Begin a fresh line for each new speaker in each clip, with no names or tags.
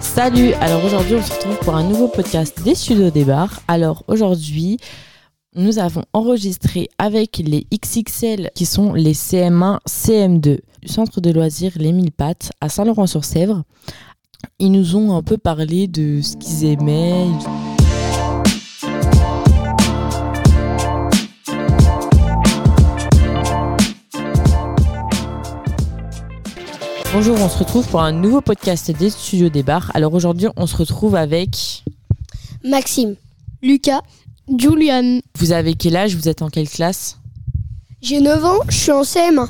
Salut Alors aujourd'hui, on se retrouve pour un nouveau podcast des Studios des Bars. Alors aujourd'hui, nous avons enregistré avec les XXL qui sont les CM1, CM2 du centre de loisirs Les Mille Pattes à Saint-Laurent-sur-Sèvre. Ils nous ont un peu parlé de ce qu'ils aimaient. Bonjour, on se retrouve pour un nouveau podcast des studios des bars. Alors aujourd'hui, on se retrouve avec.
Maxime,
Lucas, Julian,
Vous avez quel âge Vous êtes en quelle classe
j'ai 9 ans, je suis en CM1.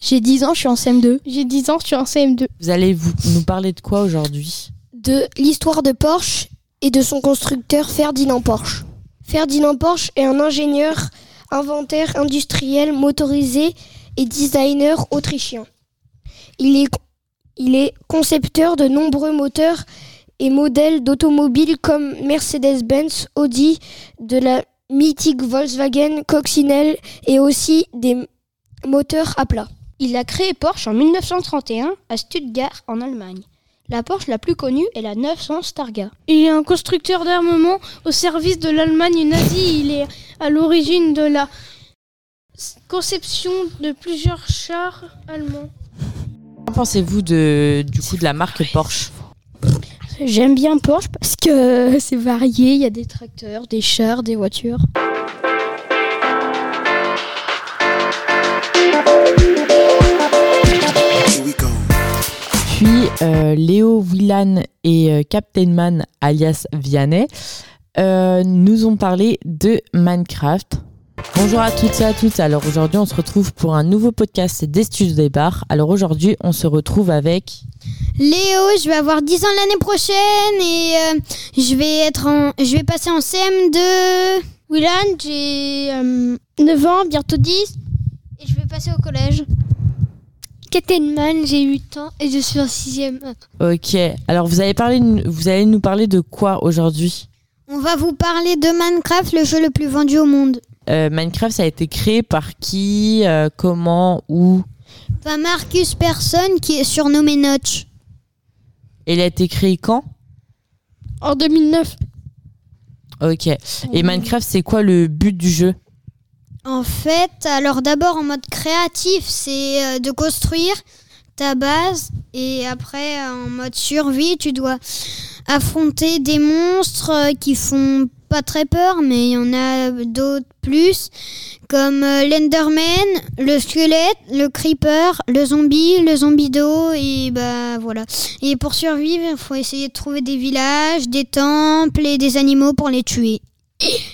j'ai 10 ans, je suis en CM2.
J'ai 10 ans, je suis en CM2.
Vous allez vous, nous parler de quoi aujourd'hui
De l'histoire de Porsche et de son constructeur Ferdinand Porsche. Ferdinand Porsche est un ingénieur, inventeur industriel, motorisé et designer autrichien. Il est, il est concepteur de nombreux moteurs et modèles d'automobiles comme Mercedes-Benz, Audi, de la mythique Volkswagen Coccinelle et aussi des moteurs à plat.
Il a créé Porsche en 1931 à Stuttgart en Allemagne. La Porsche la plus connue est la 900 Starga. Il est un constructeur d'armement au service de l'Allemagne nazie. Il est à l'origine de la conception de plusieurs chars allemands.
Qu'en pensez-vous de, du coup de la marque Porsche
J'aime bien Porsche
Parce que c'est varié, il y a des tracteurs, des chars, des voitures.
Here we go.
Puis euh, Léo Willan et euh, Captain Man alias Vianney euh, nous ont parlé de Minecraft. Bonjour à toutes et à tous. Alors aujourd'hui, on se retrouve pour un nouveau podcast des studios des bars. Alors aujourd'hui, on se retrouve avec.
Léo, je vais avoir 10 ans l'année prochaine et euh, je vais être en je vais passer en CM2. Willan, j'ai euh, 9 ans, bientôt 10 et je vais passer au collège.
Katenman, j'ai 8 ans et je suis en 6ème.
Ok. Alors vous avez parlé, vous allez nous parler de quoi aujourd'hui
On va vous parler de Minecraft, le jeu le plus vendu au monde.
Euh, Minecraft, ça a été créé par qui euh, Comment Où
Par Marcus Persson qui est surnommé Notch.
Et Il a été créé quand
en 2009.
Ok. Et Minecraft, c'est quoi le but du jeu
En fait, alors d'abord en mode créatif, c'est euh, de construire ta base et après euh, en mode survie, tu dois affronter des monstres euh, qui font pas très peur, mais il y en a d'autres plus, comme euh, l'Enderman, le squelette, le creeper, le zombie, le zombie d'eau, et bah voilà. Et pour survivre, il faut essayer de trouver des villages, des temples et des animaux pour les tuer.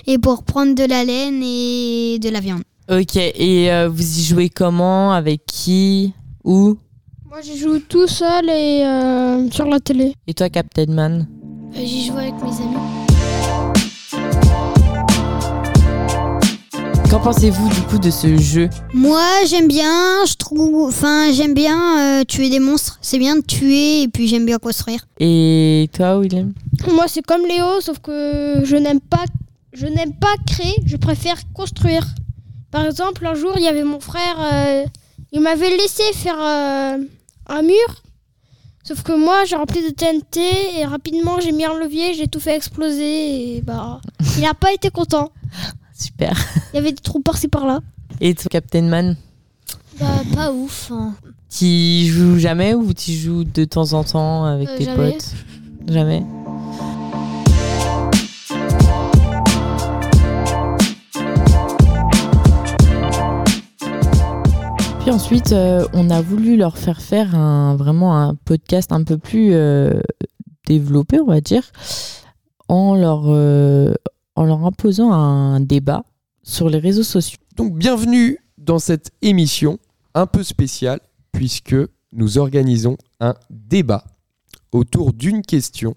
Et pour prendre de la laine et de la viande.
Ok. Et euh, vous y jouez comment Avec qui Où
Moi, je joue tout seul et euh, sur la télé.
Et toi, Captain Man
J'y joue avec mes amis.
Qu'en pensez-vous du coup de ce jeu
Moi, j'aime bien, je trouve. Enfin, j'aime bien euh, tuer des monstres. C'est bien de tuer et puis j'aime bien construire.
Et toi, William
Moi, c'est comme Léo, sauf que je n'aime pas, je n'aime pas créer, je préfère construire. Par exemple, un jour, il y avait mon frère, euh, il m'avait laissé faire euh, un mur, sauf que moi, j'ai rempli de TNT et rapidement, j'ai mis un levier, j'ai tout fait exploser et bah, il n'a pas été content.
Super.
Il y avait des trous par-ci par-là.
Et toi, Captain Man
Bah, pas ouf. hein.
T'y joues jamais ou t'y joues de temps en temps avec
Euh,
tes
jamais.
potes Jamais. Puis ensuite, euh, on a voulu leur faire faire un, vraiment un podcast un peu plus euh, développé, on va dire, en leur, euh, en leur imposant un débat sur les réseaux sociaux.
Donc bienvenue dans cette émission un peu spéciale puisque nous organisons un débat autour d'une question.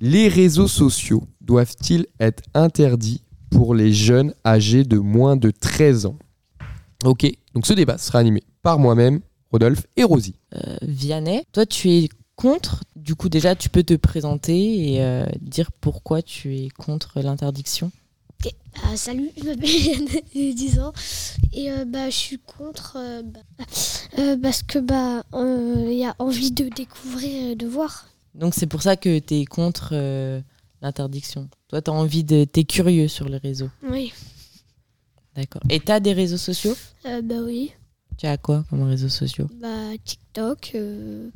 Les réseaux sociaux doivent-ils être interdits pour les jeunes âgés de moins de 13 ans Ok, donc ce débat sera animé par moi-même, Rodolphe et Rosie.
Euh, Vianney, toi tu es contre, du coup déjà tu peux te présenter et euh, dire pourquoi tu es contre l'interdiction.
Ah, salut, je m'appelle Yann, j'ai 10 ans. Et euh, bah, je suis contre euh, bah, euh, parce que bah euh, il y a envie de découvrir et de voir.
Donc c'est pour ça que tu es contre euh, l'interdiction. Toi, tu as envie de... Tu es curieux sur les réseaux.
Oui.
D'accord. Et tu as des réseaux sociaux
Euh, bah oui.
Tu as quoi comme réseaux sociaux
Bah TikTok. euh,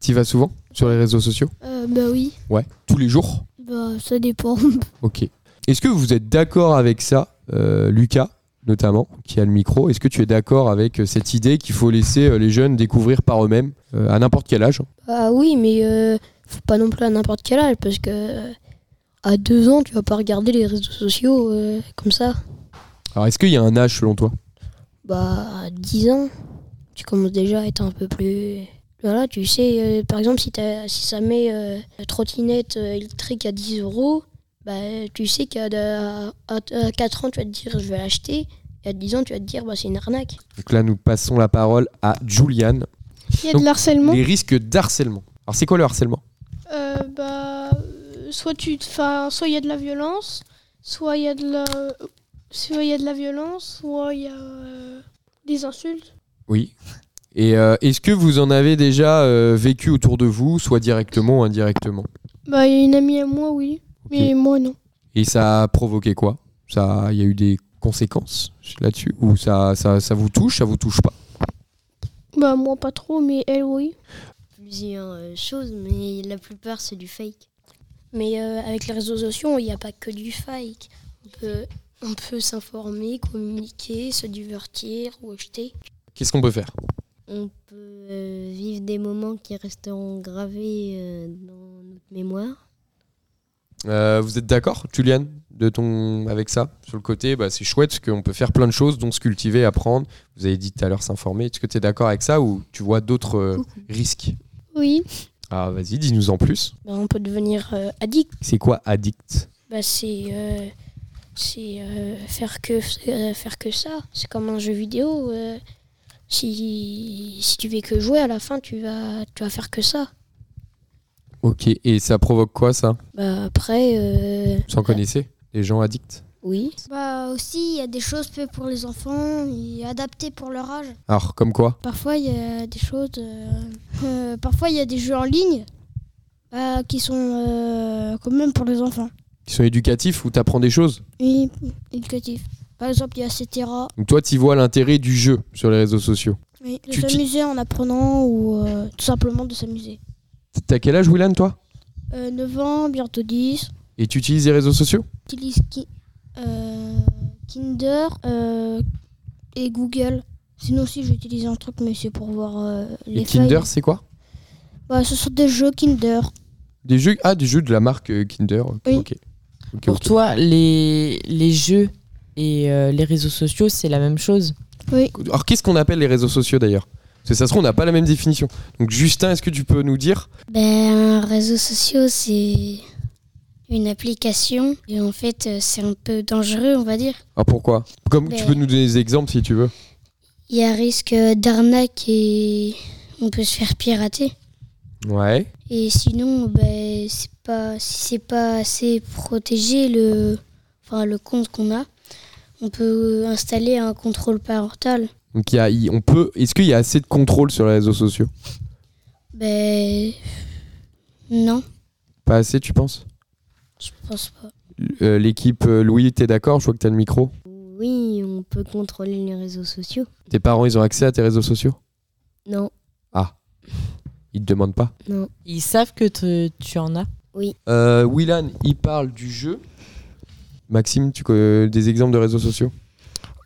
T'y vas souvent sur les réseaux sociaux
euh, bah oui.
Ouais. Tous les jours
Bah ça dépend.
Ok. Est-ce que vous êtes d'accord avec ça, euh, Lucas, notamment, qui a le micro Est-ce que tu es d'accord avec euh, cette idée qu'il faut laisser euh, les jeunes découvrir par eux-mêmes, euh, à n'importe quel âge
Ah oui, mais euh, faut pas non plus à n'importe quel âge parce que euh, à deux ans tu vas pas regarder les réseaux sociaux euh, comme ça.
Alors, est-ce qu'il y a un âge selon toi
Bah, à 10 ans, tu commences déjà à être un peu plus. Voilà, tu sais, euh, par exemple, si, t'as- si ça met euh, la trottinette euh, électrique à 10 euros, bah, tu sais qu'à à, 4 ans, tu vas te dire je vais l'acheter, et à 10 ans, tu vas te dire bah, c'est une arnaque.
Donc là, nous passons la parole à Juliane.
Il y a
Donc,
de l'harcèlement.
Les risques d'harcèlement. Alors, c'est quoi le harcèlement
Euh, bah, euh, soit tu, te- 'fin, soit il y a de la violence, soit il y a de la, soit il y a de la violence, soit il y a euh, des insultes.
Oui. Et euh, est-ce que vous en avez déjà euh, vécu autour de vous, soit directement ou indirectement
Bah, il y a une amie à moi, oui,
Ok.
mais moi non.
Et ça a provoqué quoi Ça, il y a eu des conséquences là-dessus Ou ça, ça, ça vous touche, ça vous touche pas
Bah, moi pas trop, mais elle oui.
plusieurs euh, choses, mais la plupart c'est du fake.
Mais euh, avec les réseaux sociaux, il n'y a pas que du fake. On peut, on peut s'informer, communiquer, se divertir ou acheter.
Qu'est-ce qu'on peut faire
On peut euh, vivre des moments qui resteront gravés euh, dans notre mémoire.
Euh, Vous êtes d'accord, Juliane, de ton avec ça Sur le côté, bah, c'est chouette parce qu'on peut faire plein de choses, dont se cultiver, apprendre. Vous avez dit tout à l'heure s'informer. Est-ce que tu es d'accord avec ça ou tu vois d'autres euh, risques
Oui.
Ah, vas-y, dis-nous en plus.
Bah, on peut devenir euh, addict.
C'est quoi addict
Bah, c'est euh, c'est, euh, faire, que, euh, faire que ça. C'est comme un jeu vidéo. euh, si, si tu fais que jouer, à la fin, tu vas, tu vas faire que ça.
Ok, et ça provoque quoi ça
Bah, après, euh,
Vous en connaissez Les gens addicts
oui.
Bah aussi, il y a des choses faites pour les enfants et adaptées pour leur âge.
Alors, comme quoi
Parfois, il y a des choses. euh, euh, parfois, il y a des jeux en ligne euh, qui sont euh, quand même pour les enfants.
Ils sont éducatifs ou t'apprends des choses
Et éducatifs. Par exemple, il y a Cetera.
Donc toi, tu vois l'intérêt du jeu sur les réseaux sociaux.
Oui, de
Tu- tu-
s'amuser en apprenant ou euh, tout simplement de s'amuser.
T'as quel âge, Willan, toi
Euh, 9 ans, bientôt 10.
Et tu utilises les réseaux sociaux
Utilise Ki- euh, Kinder euh, et Google. Sinon, si j'utilise un truc, mais c'est pour voir euh, les
Et Kinder,
feuilles.
c'est quoi
Bah, ce sont des jeux Kinder.
Des jeux Ah, des jeux de la marque euh, Kinder. Ok.
Oui.
Ok, ok.
Pour toi, les, les jeux et euh, les réseaux sociaux, c'est la même chose
Alors, qu'est-ce qu'on appelle les réseaux sociaux d'ailleurs Parce que ça se trouve, on n'a pas la même définition. Donc, Justin, est-ce que tu peux nous dire
Ben, un réseau social c'est une application et en fait euh, c'est un peu dangereux on va dire.
Ah, pourquoi Comme tu
Ben-
peux nous donner des exemples si tu veux.
Il y a risque euh, d'arnaque et on peut se faire pirater.
Ouais.
Et sinon, ben, c'est pas, si c'est pas assez protégé, le, enfin, le compte qu'on a, on peut installer un contrôle parental.
Donc, il y a, il- on peut. Est-ce qu'il y a assez de contrôle sur les réseaux sociaux
Ben. Non,
Pas assez, tu penses
je pense pas.
Euh, L'équipe euh, Louis, t'es d'accord Je vois que t'as le micro.
Oui, on peut contrôler les réseaux sociaux.
Tes parents, ils ont accès à tes réseaux sociaux
Non,
Ils te demandent pas.
non.
Ils savent que te- tu en as
Euh, Willan, il parle du jeu. Maxime, tu connais des exemples de réseaux sociaux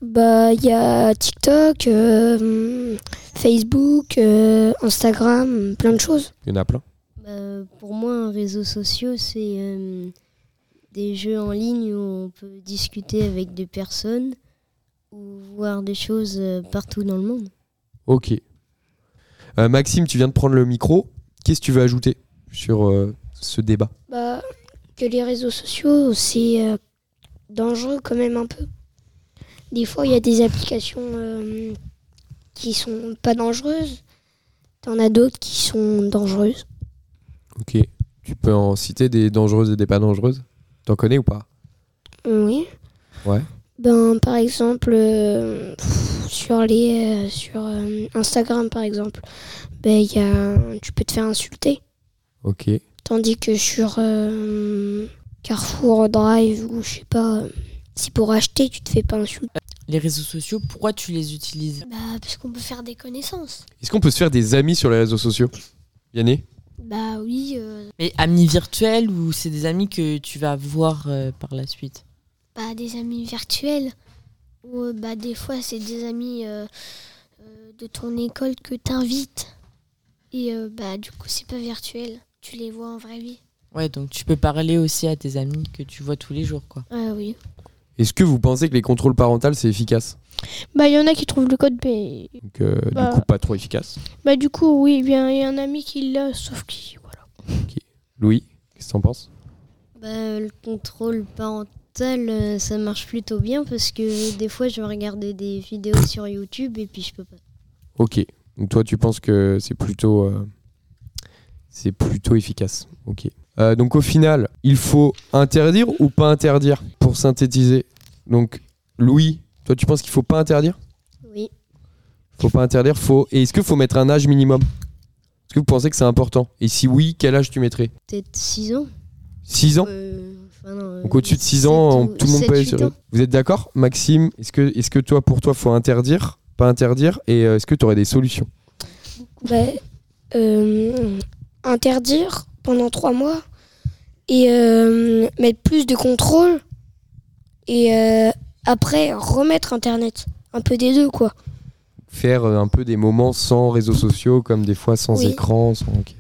Bah, il y a TikTok, euh, Facebook, euh, Instagram, plein de choses.
Il y en a plein.
Ben, pour moi, un réseau social, c'est euh, des jeux en ligne où on peut discuter avec des personnes ou voir des choses euh, partout dans le monde.
Ok. Euh, Maxime, tu viens de prendre le micro. Qu'est-ce que tu veux ajouter sur euh, ce débat
Bah, que les réseaux sociaux, c'est euh, dangereux quand même un peu. Des fois, il y a des applications euh, qui sont pas dangereuses. T'en as d'autres qui sont dangereuses.
Ok. Tu peux en citer des dangereuses et des pas dangereuses T'en connais ou pas
Oui.
Ouais.
Ben, par exemple, euh, pff, sur les euh, sur euh, Instagram, par exemple, ben, il y a, tu peux te faire insulter.
Ok.
Tandis que sur euh, Carrefour Drive ou je sais pas, euh, si pour acheter, tu te fais pas insulter.
Les réseaux sociaux, pourquoi tu les utilises
Bah, parce qu'on peut faire des connaissances.
Est-ce qu'on peut se faire des amis sur les réseaux sociaux Yanné
Bah oui,
Mais amis virtuels ou c'est des amis que tu vas voir euh, par la suite
bah, des amis virtuels. Ou euh, bah, des fois, c'est des amis euh, euh, de ton école que t'invites. Et euh, bah, du coup, c'est pas virtuel. Tu les vois en vraie vie.
Ouais, donc tu peux parler aussi à tes amis que tu vois tous les jours, quoi.
Ah oui.
Est-ce que vous pensez que les contrôles parentaux, c'est efficace
Bah, il y en a qui trouvent le code, mais.
Donc, euh,
Bah.
du coup, pas trop efficace.
Bah, du coup, oui, il y a il y a un ami qui l'a, sauf qui. Voilà.
Louis, qu'est-ce que t'en penses
Bah, le contrôle parental, euh, ça marche plutôt bien parce que des fois, je vais regarder des vidéos sur YouTube et puis je peux pas.
Ok. Donc toi, tu penses que c'est plutôt, euh, c'est plutôt efficace. Ok. Euh, donc au final, il faut interdire ou pas interdire pour synthétiser. Donc Louis, toi, tu penses qu'il faut pas interdire
Oui.
Faut pas interdire. Faut. Et est-ce qu'il faut mettre un âge minimum Est-ce que vous pensez que c'est important Et si oui, quel âge tu mettrais
Peut-être 6 ans
6 ans.
Euh, enfin, non,
Donc
euh,
au-dessus de 6
sept
ans,
ou-
on- tout le monde
sept,
peut aller
huit
sur-
ans.
Vous êtes d'accord, Maxime Est-ce que, est-ce que toi, pour toi, faut interdire, pas interdire Et euh, est-ce que tu aurais des solutions
Bah, euh, interdire pendant trois mois et euh, mettre plus de contrôle et euh, après remettre Internet. Un peu des deux, quoi.
faire euh, un peu des moments sans réseaux sociaux, comme des fois sans
Oui.
écran. Sans... ok.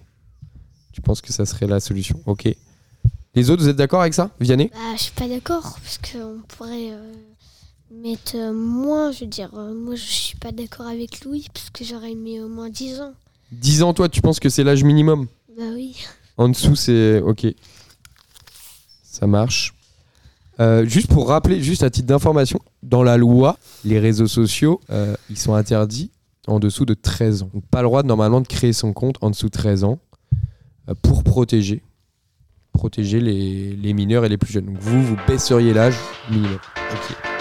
Tu penses que ça serait la solution Ok. Les autres, vous êtes d'accord avec ça, Vianney
Bah, je suis pas d'accord, parce qu'on pourrait euh, mettre euh, moins, je veux dire, euh, moi je suis pas d'accord avec Louis, parce que j'aurais aimé au moins 10 ans.
10 ans, toi, tu penses que c'est l'âge minimum
Bah oui.
En dessous, c'est ok. Ça marche. Euh, juste pour rappeler, juste à titre d'information, dans la loi, les réseaux sociaux, euh, ils sont interdits en dessous de 13 ans. Donc, pas le droit normalement de créer son compte en dessous de 13 ans euh, pour protéger, protéger les, les mineurs et les plus jeunes. Donc vous, vous baisseriez l'âge minimum. Ok.